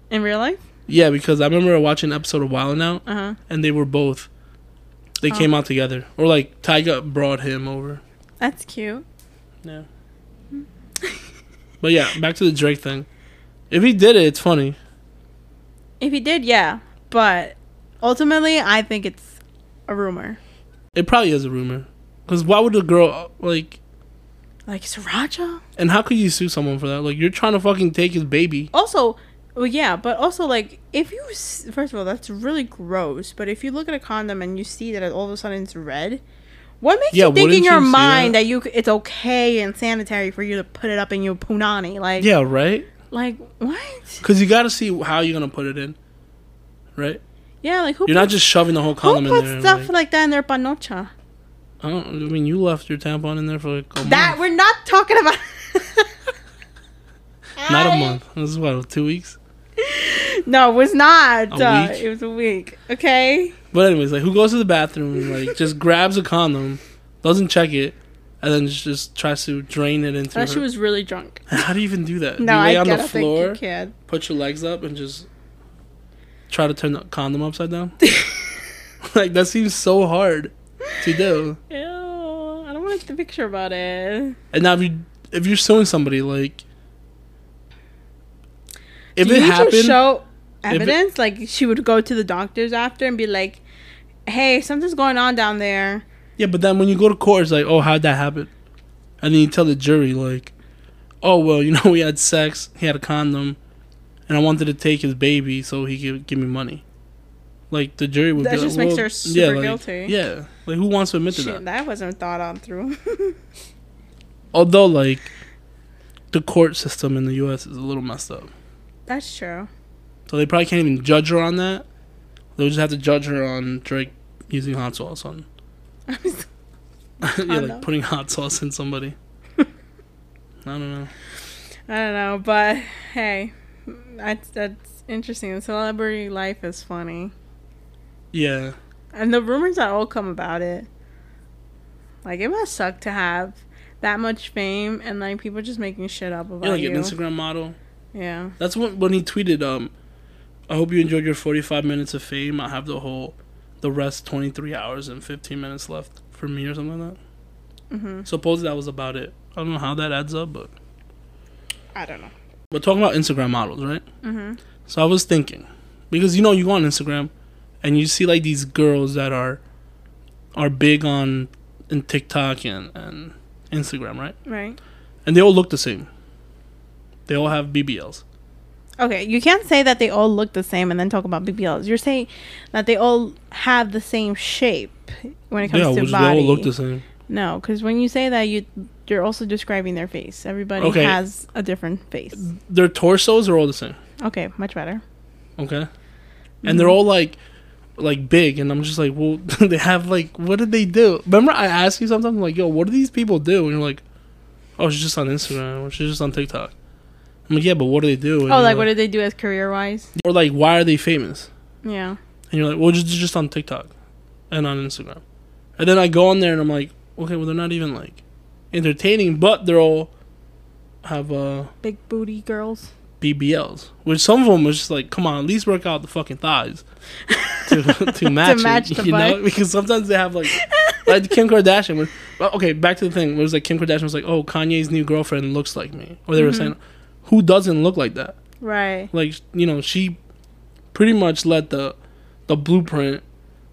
S2: in real life?
S1: Yeah, because I remember watching an episode of Wild 'N Out,
S2: Uh huh.
S1: and they were both, they
S2: Oh.
S1: came out together, or like Tiger brought him over.
S2: That's cute.
S1: Yeah. but yeah, back to the Drake thing. If he did it, it's funny.
S2: If he did, yeah. But ultimately, I think it's a rumor.
S1: It probably is a rumor, because why would a girl uh, like?
S2: Like sriracha.
S1: And how could you sue someone for that? Like you're trying to fucking take his baby.
S2: Also, well, yeah, but also like if you s- first of all, that's really gross. But if you look at a condom and you see that it, all of a sudden it's red, what makes
S1: Yeah,
S2: you think in
S1: wouldn't
S2: your
S1: you see
S2: mind
S1: that?
S2: that? you c- it's okay and sanitary for you to put it up in your punani? Like,
S1: Yeah, right.
S2: like what?
S1: Because you got to see how you're gonna put it in, right?
S2: Yeah, like who?
S1: You're not
S2: puts-
S1: just shoving the whole
S2: who
S1: condom in
S2: puts
S1: there. and,
S2: stuff
S1: like-
S2: like, that in their panocha?
S1: I don't. I mean, you left your tampon in there for like a
S2: That
S1: month.
S2: we're not talking about.
S1: Not a
S2: I-
S1: month. This is what two weeks.
S2: No, it was not.
S1: A
S2: uh,
S1: week?
S2: It was a week. Okay.
S1: But anyways, like who goes to the bathroom and like just grabs a condom, doesn't check it, and then just, just tries to drain it into.
S2: Unless she
S1: her-
S2: was really drunk.
S1: How do you even do that?
S2: No,
S1: you lay
S2: I
S1: on
S2: don't
S1: the
S2: think
S1: floor,
S2: you can.
S1: put your legs up, and just try to turn the condom upside down. like that seems so hard to do.
S2: Ew, I don't want to picture about it.
S1: And now if you if you're suing somebody, like if
S2: Do
S1: it
S2: you need
S1: happened,
S2: to show
S1: it-
S2: evidence? like she would go to the doctors after and be like, "Hey, something's going on down there."
S1: yeah. But then when you go to court, it's like, oh, how'd that happen? And then you tell the jury like, oh well, you know, we had sex. He had a condom, and I wanted to take his baby so he could give me money. Like the jury would.
S2: That
S1: be like,
S2: just makes
S1: well,
S2: her super
S1: yeah, like-
S2: guilty.
S1: Yeah, like who wants to admit to
S2: Shit,
S1: that?
S2: that. wasn't thought on through.
S1: Although like, the court system in the U.S. is a little messed up.
S2: That's true.
S1: So they probably can't even judge her on that. They'll just have to judge her on Drake using hot sauce on. yeah,
S2: no.
S1: like putting hot sauce in somebody. I don't know.
S2: I don't know, but hey, that's that's interesting. Celebrity life is funny,
S1: Yeah,
S2: and the rumors that all come about it. Like it must suck to have that much fame and like people just making shit up about
S1: yeah, like
S2: you.
S1: an Instagram model.
S2: yeah,
S1: That's when when he tweeted, um, "I hope you enjoyed your 45 minutes of fame. I have the whole, the rest 23 hours and 15 minutes left for me or something like that."
S2: Mhm.
S1: Supposedly that was about it. I don't know how that adds up, but
S2: I don't know.
S1: we're talking about Instagram models, right?
S2: Mhm.
S1: So I was thinking, because you know you go on Instagram, and you see like these girls that are, are big on, in TikTok and and Instagram, right?
S2: Right.
S1: And they all look the same. They all have BBLs.
S2: Okay, you can't say that they all look the same and then talk about BBLs. You're saying that they all have the same shape when it comes to
S1: which
S2: body.
S1: they all look the same.
S2: no, because when you say that, you you're also describing their face. Everybody
S1: Okay.
S2: has a different face.
S1: Their torsos are all the same.
S2: Okay, much better.
S1: Okay.
S2: Mm-hmm.
S1: And they're all like, like big, and I'm just like, well, they have like, what did they do? Remember, I asked you something like, yo, what do these people do? And you're like, oh, she's just on Instagram, or she's just on TikTok. I'm like, yeah, but what do they do? And
S2: Oh,
S1: you're
S2: like what did they do as career wise?
S1: or like why are they famous
S2: Yeah.
S1: and you're like well just, just on tiktok and on instagram and then i go on there and i'm like okay well they're not even like entertaining but they're all have uh
S2: Big booty girls.
S1: bbls which some of them was just like come on at least work out the fucking thighs to, to match, it,
S2: match the
S1: you know
S2: butt.
S1: because sometimes they have like like kim kardashian was, well, okay back to the thing it was like kim kardashian was like oh kanye's new girlfriend looks like me or
S2: Mm-hmm.
S1: they were saying who doesn't look like that
S2: Right.
S1: like you know she pretty much let the the blueprint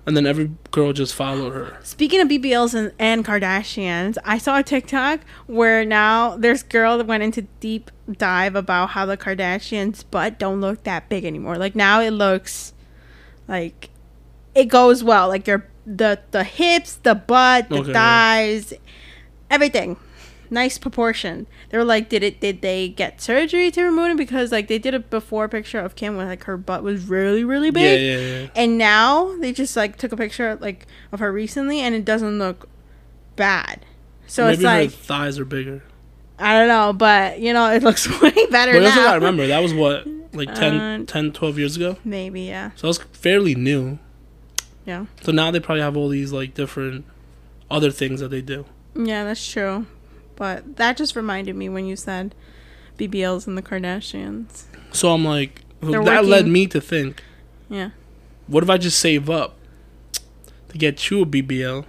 S1: and then every girl just followed her
S2: Speaking of BBLs and, and Kardashians, I saw a TikTok where now there's girl that went into deep dive about how the Kardashians' butt don't look that big anymore. Like now it looks like it goes well. Like your the the hips, the butt, the
S1: Okay.
S2: thighs, everything. Nice proportion. They were like, did it? Did they get surgery to remove it? Because like they did a before picture of Kim where like her butt was really really big.
S1: yeah yeah yeah
S2: And now they just like took a picture like of her recently, and it doesn't look bad. So
S1: maybe
S2: it's like
S1: her thighs are bigger
S2: I don't know, but you know it looks way better
S1: but
S2: now.
S1: that's what i remember that was what like 10,
S2: Uh,
S1: 10 12 years ago
S2: Maybe yeah,
S1: so that was fairly new
S2: yeah,
S1: so now they probably have all these like different other things that they do
S2: yeah. That's true. But that just reminded me when you said BBLs and the Kardashians.
S1: so i'm like
S2: They're
S1: that led
S2: working.
S1: me to think
S2: Yeah,
S1: what if i just save up to get you a bbl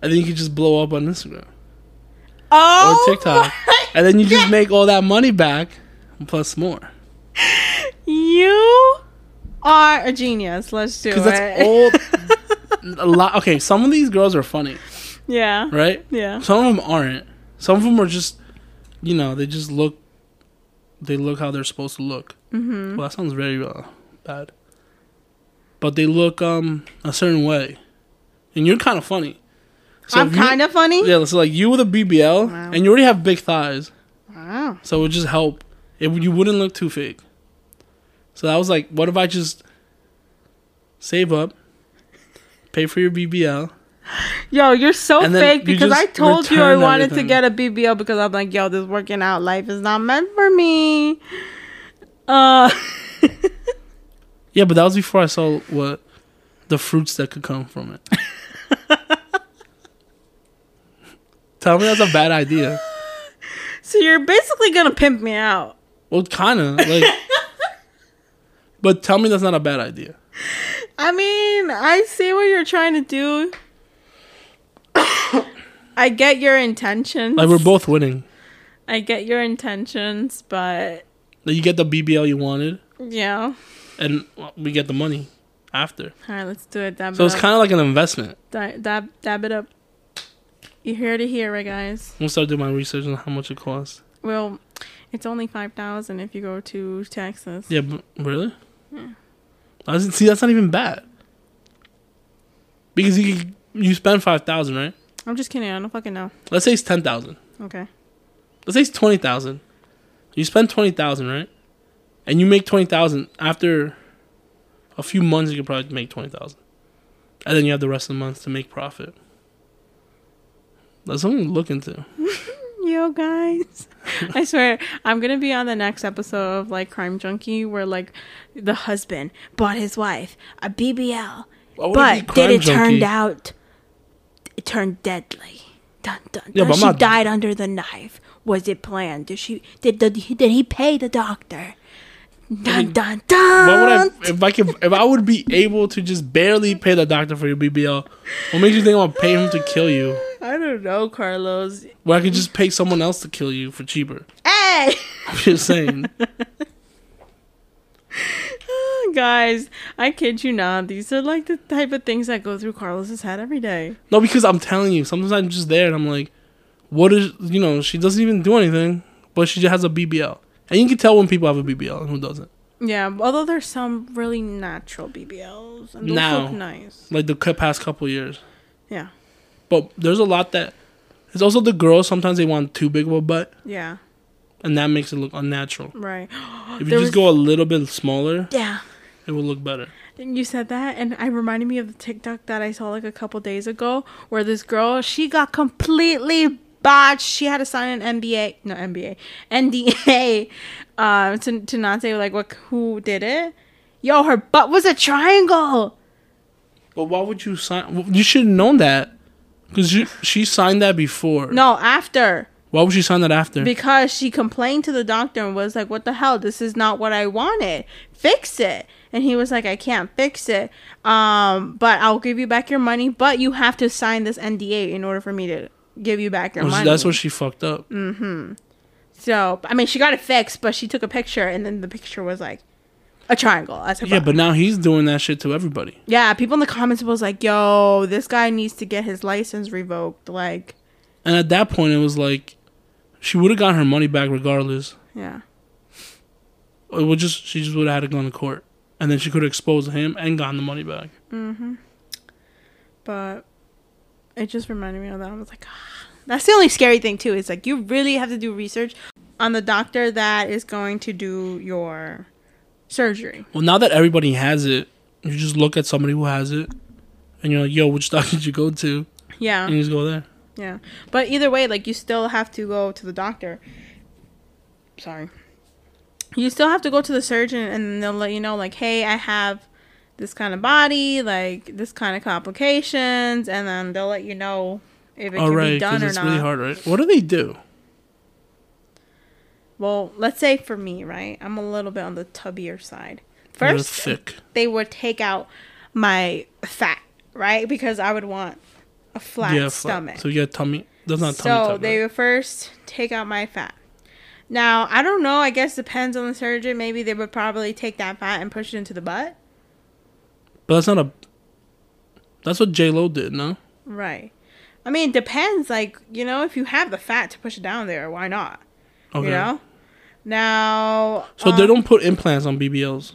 S1: and then you could just blow up on instagram
S2: oh,
S1: TikTok.
S2: my-
S1: and then you just make all that money back plus more
S2: you are a genius. Let's do it.
S1: 'Cause that's all- a lot okay some of these girls are funny
S2: yeah,
S1: right
S2: yeah.
S1: some of them aren't some of them are just you know they just look they look how they're supposed to look
S2: Mm-hmm.
S1: well that sounds very uh, bad but they look um a certain way and you're kind of funny
S2: I'm kind of funny.
S1: yeah so like you with a bbl
S2: Wow.
S1: and you already have big thighs
S2: Wow.
S1: So it would just help. It would- you wouldn't look too fake. So that was like, what if I just save up, pay for your BBL?
S2: Yo, you're so
S1: And then
S2: fake
S1: you
S2: because
S1: just
S2: I told you I
S1: return
S2: wanted
S1: everything.
S2: to get a BBL because I'm like, yo, this working out life is not meant for me. Uh,
S1: Yeah, but that was before I saw what the fruits that could come from it. Tell me that's a bad idea.
S2: so you're basically gonna pimp me out.
S1: Well, kind of like, but tell me that's not a bad idea.
S2: I mean, I see what you're trying to do. I get your intentions.
S1: Like we're both winning.
S2: I get your intentions, but
S1: That you get the BBL you wanted,
S2: Yeah.
S1: and well, we get the money after.
S2: All right, let's do it. Dab
S1: So
S2: it
S1: it's
S2: up.
S1: kind of like an investment.
S2: Di- dab, dab it up. You heard it here, right, guys?
S1: I'm gonna start doing my research on how much it costs.
S2: Well, it's only five thousand if you go to Texas.
S1: Yeah, but really? I doesn't see that's not even bad. Because you could- you spend five thousand, right?
S2: I'm just kidding. I don't fucking know.
S1: Let's say it's ten thousand.
S2: Okay.
S1: Let's say it's twenty thousand. You spend twenty thousand, right? And you make twenty thousand after a few months. You could probably make twenty thousand, and then you have the rest of the months to make profit. That's something to look into.
S2: Yo, guys. I swear, I'm going to be on the next episode of like Crime Junkie where like the husband bought his wife a BBL,
S1: Why would I be
S2: but did
S1: crime
S2: it turned
S1: junkie?
S2: out it turned deadly. Dun, dun, dun.
S1: Yeah, but I'm
S2: she
S1: not-
S2: died under the knife. Was it planned? Did she did the, did he pay the doctor? Dun dun dun.
S1: Why would I? If I could, if I would be able to just barely pay the doctor for your BBL, what makes you think I'm gonna pay him to kill you?
S2: I don't know, Carlos.
S1: Where I could just pay someone else to kill you for cheaper.
S2: Hey.
S1: I'm just saying.
S2: Guys, I kid you not. These are like the type of things that go through Carlos's head every day.
S1: No, because I'm telling you, sometimes I'm just there and I'm like, what is, you know, she doesn't even do anything, but she just has a BBL. And you can tell when people have a BBL and who doesn't.
S2: Yeah, although there's some really natural BBLs and those
S1: No.
S2: look nice.
S1: Like the cu- past couple years.
S2: Yeah,
S1: But there's a lot that, it's also the girls, sometimes they want too big of a butt,
S2: yeah,
S1: and that makes it look unnatural.
S2: right.
S1: If you
S2: There
S1: just
S2: was-
S1: go a little bit smaller,
S2: Yeah,
S1: it will look better.
S2: you said that, and it reminded me of the TikTok that I saw like a couple days ago, where this girl she got completely botched. She had to sign an NBA, no NBA, NDA, uh, to to not say like what who did it. Yo, her butt was a triangle.
S1: But why would you sign? well, You should have known that. Because she signed that before.
S2: No, after.
S1: Why would she sign that after?
S2: because she complained to the doctor and was like, "What the hell? This is not what I wanted. Fix it." And he was like, "I can't fix it. Um, but I'll give you back your money, but you have to sign this NDA in order for me to give you back your
S1: Well,
S2: money."
S1: That's what she fucked up.
S2: Mm. so, I mean, she got it fixed, but she took a picture, and then the picture was like a triangle. As her
S1: Yeah,
S2: yeah,
S1: but now he's doing that shit to everybody.
S2: yeah, people in the comments was like, "Yo, this guy needs to get his license revoked." Like,
S1: And at that point, it was like she would have gotten her money back regardless.
S2: yeah,
S1: It would just she just would have had to go to court, and then she could have exposed him and gotten the money back.
S2: but it just reminded me of that. I was like, ah. that's the only scary thing too. Is like you really have to do research on the doctor that is going to do your surgery.
S1: Well, now that everybody has it, you just look at somebody who has it, and you're like, "Yo, which doctor did you go to?"
S2: Yeah,
S1: And you just go there.
S2: yeah. But either way, like you still have to go to the doctor. Sorry. You still have to go to the surgeon, and they'll let you know, like, hey, I have this kind of body, like this kind of complications, and then they'll let you know if it
S1: All
S2: can be
S1: Oh, right,
S2: done
S1: because
S2: or
S1: it's
S2: not.
S1: really hard, right? What do they do?
S2: Well, let's say for me, right? I'm a little bit on the tubbier side.
S1: You're
S2: First,
S1: thick.
S2: they would take out my fat, right? Because I would want a flat
S1: yeah, flat.
S2: stomach.
S1: So you got tummy. That's
S2: So,
S1: not tummy. tuck,
S2: they
S1: right?
S2: would first take out my fat. Now, I don't know. I guess depends on the surgeon. Maybe they would probably take that fat and push it into the butt.
S1: But that's not a. That's what J Lo did, no?
S2: Right. I mean, it depends. Like, you know, if you have the fat to push it down there, why not? You know? Now.
S1: So they
S2: um,
S1: don't put implants on BBLs.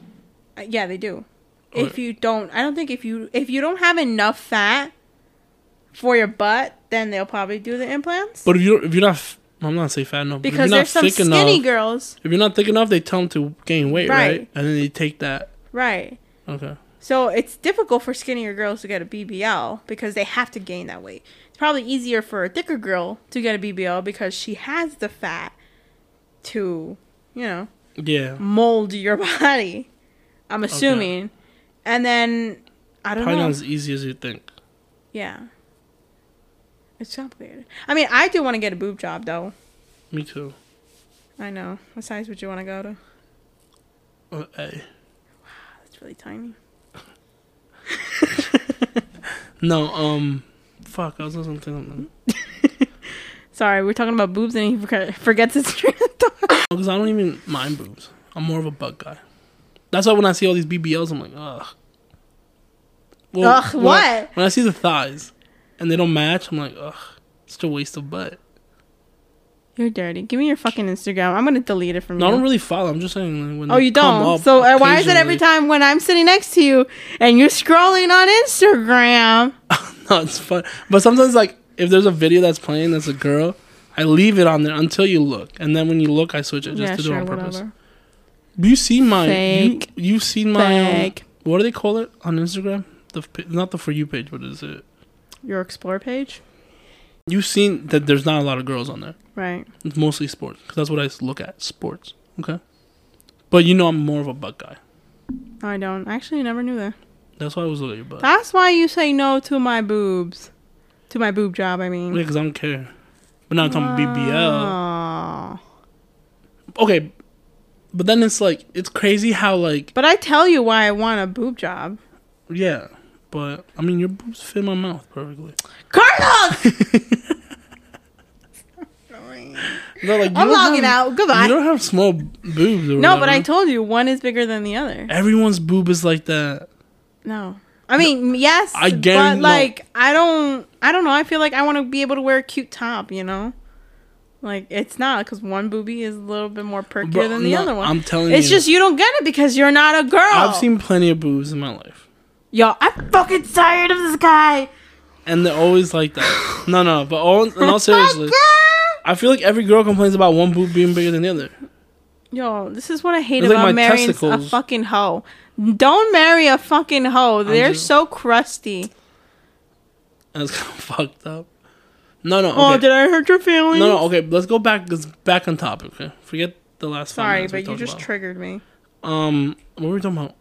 S2: Uh, Yeah, they do.
S1: Or-
S2: If you don't, I don't think if you if you don't have enough fat for your butt, then they'll probably do the implants.
S1: But if you're if you're not, f- I'm not saying fat enough. but
S2: because
S1: if you're
S2: there's some skinny
S1: enough,
S2: girls,
S1: If you're not thick enough, they tell them to gain weight, right?
S2: Right.
S1: And then they take that.
S2: right?
S1: Okay.
S2: So it's difficult for skinnier girls to get a BBL because they have to gain that weight. It's probably easier for a thicker girl to get a BBL because she has the fat to, you know,
S1: Yeah.
S2: mold your body. I'm assuming, and then I don't
S1: Probably
S2: know.
S1: not as easy as you think.
S2: Yeah. It's complicated. I mean, I do want to get a boob job, though.
S1: Me too.
S2: I know. What size would you want to go to?
S1: Uh, hey.
S2: That's really tiny.
S1: No. Um. Fuck. I was on something.
S2: Sorry, we are talking about boobs and he forget, forgets his train of thought.
S1: Because I don't even mind boobs. I'm more of a bug guy. That's why when I see all these BBLs, I'm like, ugh. Well,
S2: Ugh,
S1: when I- When I,
S2: what?
S1: see the thighs and they don't match, I'm like, ugh, such a waste of butt.
S2: You're dirty. Give me your fucking Instagram. I'm gonna delete it from
S1: No, I
S2: you.
S1: don't really follow. I'm just saying. like, When
S2: oh,
S1: they
S2: you
S1: come
S2: don't.
S1: up
S2: So uh, why is it every
S1: occasionally-
S2: time when I'm sitting next to you and you're scrolling on Instagram?
S1: no, it's fun. But sometimes, like, if there's a video that's playing that's a girl, I leave it on there until you look, and then when you look, I switch it just
S2: yeah,
S1: to do
S2: sure,
S1: it on purpose.
S2: whatever.
S1: You seen my?
S2: Fake.
S1: You you seen my? Um,
S2: Fake.
S1: what do they call it on Instagram? The f- pa- not the for you page. What is it?
S2: Your explore page,
S1: You've seen that there's not a lot of girls on there.
S2: right?
S1: It's mostly sports because that's what I s- look at. Sports. Okay. But you know, I'm more of a butt guy.
S2: No, I don't. Actually, I never knew that.
S1: That's why I was looking at your butt.
S2: That's why you say no to my boobs, to my boob job. I mean,
S1: Because I don't care. But now I'm talking BBL.
S2: BBL.
S1: Okay. But then it's like it's crazy how like
S2: But I tell you why I want a boob job.
S1: yeah. But I mean, your boobs fit my mouth perfectly.
S2: Carlos!
S1: They're like, you
S2: I'm
S1: don't
S2: logging
S1: have-
S2: out. Goodbye.
S1: You don't have small boobs. Or
S2: No, but I
S1: whatever.
S2: told you one is bigger than the other.
S1: everyone's boob is like that.
S2: No. I mean, yes,
S1: I
S2: but
S1: guarantee- no.
S2: like I don't I don't know. I feel like I want to be able to wear a cute top, you know? Like it's not cuz one boobie is a little bit more perkier
S1: Bro,
S2: than the
S1: no,
S2: other one.
S1: I'm telling
S2: it's
S1: you.
S2: just you don't get it because you're not a girl.
S1: I've seen plenty of boobs in my life,
S2: Yo, I'm fucking tired of this guy.
S1: and they're always like that. no, no, but all in all seriously,
S2: Fuck yeah!
S1: I feel like every girl complains about one boob being bigger than the other.
S2: Yo, this is what I hate
S1: It's like
S2: about
S1: my
S2: marrying a
S1: testicles.
S2: fucking hoe. Don't marry a fucking hoe. They're
S1: just-
S2: so crusty.
S1: And it's kind of fucked up. No, no,
S2: Oh,
S1: okay.
S2: did I hurt your feelings?
S1: no, no, okay. Let's go back. Let's back on topic. Okay, forget the last. five
S2: Sorry,
S1: minutes we
S2: but you
S1: talked
S2: just
S1: about.
S2: triggered me.
S1: um, what were we talking about?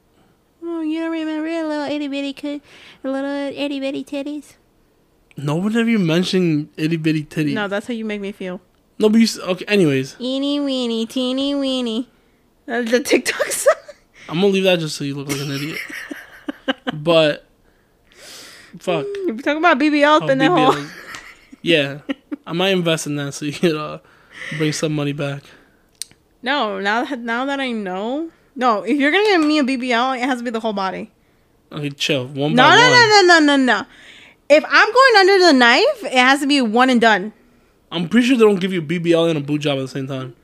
S3: Oh, you don't remember a little itty bitty, coo- little itty bitty titties?
S1: No one ever mentioned itty bitty titty.
S2: No, that's how you make me feel.
S1: no, but you s- okay. Anyways,
S3: Eeny weeny, teeny weeny.
S2: Uh, The TikTok song.
S1: I'm gonna leave that just so you look like an idiot. but fuck.
S2: You talking about BBL
S1: Oh,
S2: and the whole.
S1: BBLs. yeah, I might invest in that so you could uh, bring some money back.
S2: No, now that now that I know, no. If you're gonna give me a BBL, it has to be the whole body.
S1: Okay, chill. One
S2: No,
S1: by
S2: no,
S1: one.
S2: no, no, no, no, no. If I'm going under the knife, it has to be one and done.
S1: I'm pretty sure they don't give you BBL and a boot job at the same time.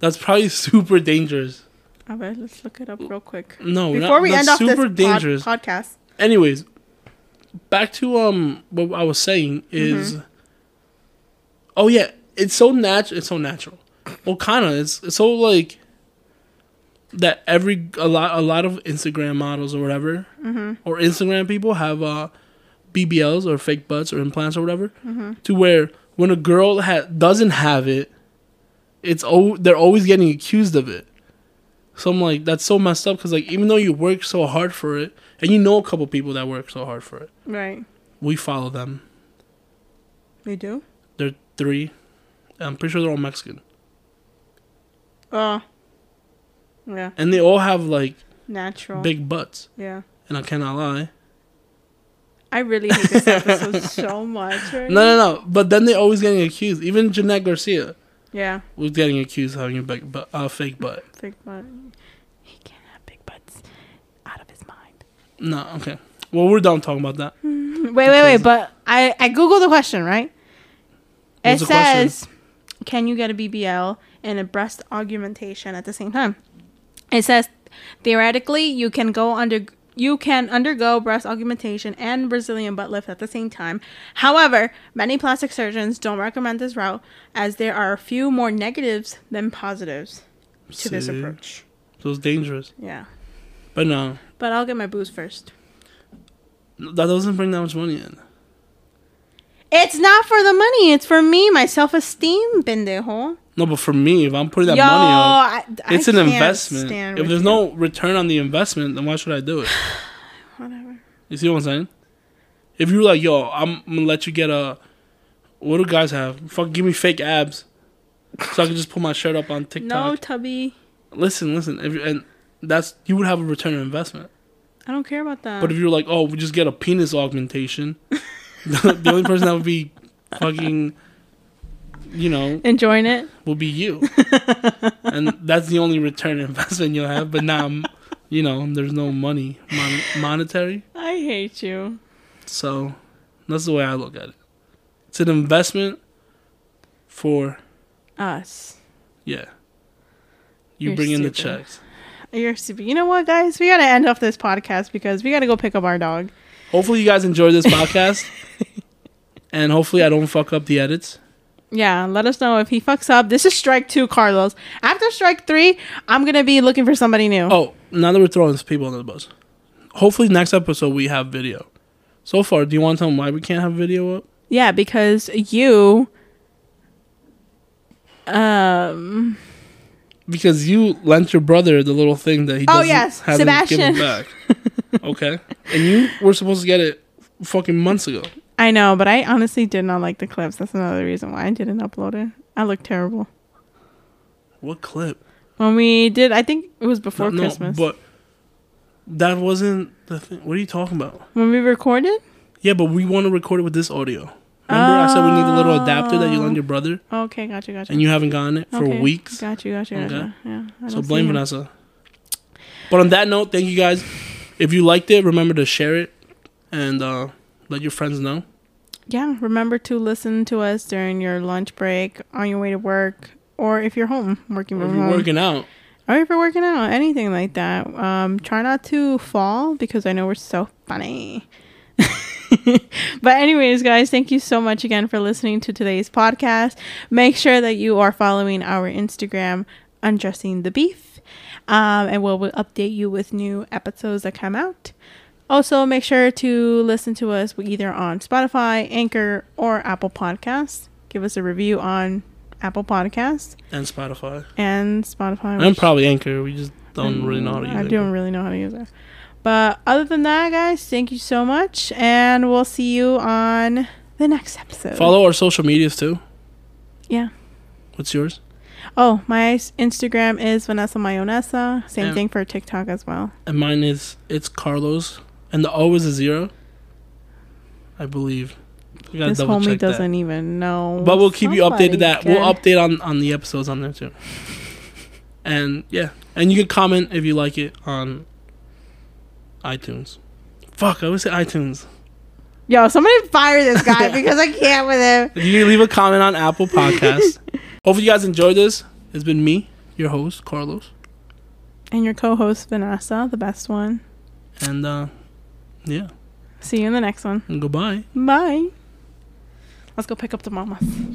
S1: That's probably super dangerous.
S2: All right, let's look it up real quick
S1: No,
S2: before
S1: we're Oh, not,
S2: we
S1: that's
S2: end off this
S1: super
S2: pod-
S1: dangerous.
S2: podcast.
S1: Anyways, back to um what I was saying is, oh yeah, it's so natural. It's so natural. Well, kind of. It's, it's so like that. Every a lot a lot of Instagram models or whatever, or Instagram people have uh BBLs or fake butts or implants or whatever, to where when a girl ha- doesn't have it, it's oh they're always getting accused of it. So I'm like, that's so messed up because like even though you work so hard for it, and you know a couple people that work so hard for it,
S2: Right,
S1: we follow them.
S2: we do.
S1: They're three. I'm pretty sure they're all Mexican,
S2: Oh, yeah,
S1: and they all have like
S2: natural.
S1: big butts.
S2: yeah,
S1: And I cannot lie.
S2: I really hate this episode so much. Right?
S1: No, no, no. But then they're always getting accused. Even Jeanette Garcia
S2: Yeah,
S1: was getting accused of having a big butt, uh, fake butt.
S2: big butt. He can't have big butts. Out of his mind.
S1: No, okay. Well, we're done talking about that.
S2: Wait, wait, wait. But I, I Googled the question, right?
S1: What's
S2: it
S1: the question?
S2: says, can you get a BBL and a breast augmentation at the same time? It says, theoretically, you can go under. You can undergo breast augmentation and Brazilian butt lift at the same time. However, many plastic surgeons don't recommend this route as there are a few more negatives than positives to this
S1: See?
S2: approach.
S1: So it's dangerous.
S2: Yeah.
S1: But no,
S2: But I'll get my booze first.
S1: that doesn't bring that much money in.
S2: It's not for the money, it's for me, my self esteem, pendejo.
S1: No, but for me, if I'm putting that
S2: Yo,
S1: money out,
S2: I- I
S1: it's an
S2: can't
S1: investment.
S2: stand
S1: If
S2: with
S1: there's
S2: you.
S1: no return on the investment, then why should I do it?
S2: Whatever.
S1: You see what I'm saying? If you were like, yo, I'm gonna let you get a. What do guys have? Fuck, give me fake abs, so I can just pull my shirt up on
S2: No,
S1: TikTok.
S2: Tubby.
S1: listen, listen, if you, and that's you would have a return on investment.
S2: I don't care about that.
S1: But if you're like, oh, we just get a penis augmentation, the only person that would be fucking you know,
S2: enjoying it.
S1: will be you. and that's the only return investment you'll have. But now, I'm- you know, there's no money mon- monetary.
S2: I hate you.
S1: So that's the way I look at it. It's an investment for,
S2: Us.
S1: yeah. You
S2: You're
S1: bring in the
S2: stupid.
S1: checks.
S2: You're stupid. You know what, guys? We gotta end off this podcast because we gotta go pick up our dog.
S1: Hopefully, you guys enjoyed this podcast. and hopefully, I don't fuck up the edits.
S2: Yeah, let us know if he fucks up. This is strike two, Carlos. After strike three, I'm gonna be looking for somebody new.
S1: Oh, now that we're throwing these people under the bus, hopefully, next episode we have video. So far, do you want to tell them why we can't have video up?
S2: Yeah, because you um
S1: Because you lent your brother the little thing that he
S2: Oh,
S1: doesn't
S2: yes,
S1: have Sebastian.
S2: Sebastian.
S1: give him back. okay, and you were supposed to get it fucking months ago.
S2: I know, but I honestly did not like the clips. That's another reason why I didn't upload it. I look terrible.
S1: What clip?
S2: When we did I think it was before
S1: No, no,
S2: Christmas.
S1: but that wasn't the thing. What are you talking about?
S2: when we recorded?
S1: Yeah, but we want to record it with this audio. Remember, I said we need a
S2: Oh.
S1: little adapter that you lent your brother,
S2: Okay, gotcha, gotcha.
S1: and you haven't gotten it for
S2: Okay,
S1: weeks.
S2: Gotcha, gotcha,
S1: Okay.
S2: gotcha. Yeah. I
S1: So
S2: don't see
S1: blame
S2: him.
S1: Vanessa. But on that note, thank you guys. If you liked it, remember to share it and uh, let your friends know.
S2: Yeah, remember to listen to us during your lunch break, on your way to work, or if you're home working
S1: Or
S2: from
S1: if you're
S2: home.
S1: working out,
S2: or if you're working out, anything like that. Um, try not to fall because I know we're so funny. but anyways, guys, thank you so much again for listening to today's podcast. Make sure that you are following our Instagram, Undressing the Beef, um, and we'll, we'll update you with new episodes that come out. Also, make sure to listen to us either on Spotify, Anchor, or Apple Podcasts. Give us a review on Apple Podcasts
S1: and Spotify.
S2: and Spotify.
S1: And
S2: which-
S1: probably Anchor. We just don't really know how to use
S2: Mm, I
S1: Anchor.
S2: don't really know how to use it. But other than that, guys, thank you so much, and we'll see you on the next episode.
S1: Follow our social medias too.
S2: Yeah.
S1: What's yours?
S2: Oh, my s- Instagram is Vanessa Mayonesa. Same
S1: And-
S2: thing for TikTok as well.
S1: And mine is it's Carlos, and the O is a zero. I believe. We gotta
S2: This
S1: double
S2: homie
S1: check
S2: doesn't even know.
S1: that. But we'll keep you updated. That
S2: Somebody
S1: we'll
S2: good.
S1: update on on the episodes on there too. And yeah, and you can comment if you like it on iTunes. Fuck, I always say iTunes.
S2: Yo, somebody fire this guy because I can't with him.
S1: If you can leave a comment on Apple Podcasts. Hopefully, you guys enjoyed this. It's been me, your host Carlos,
S2: And your co-host Vanessa, the best one.
S1: and uh, yeah,
S2: See you in the next one.
S1: and goodbye.
S2: Bye. Let's go pick up the mamas.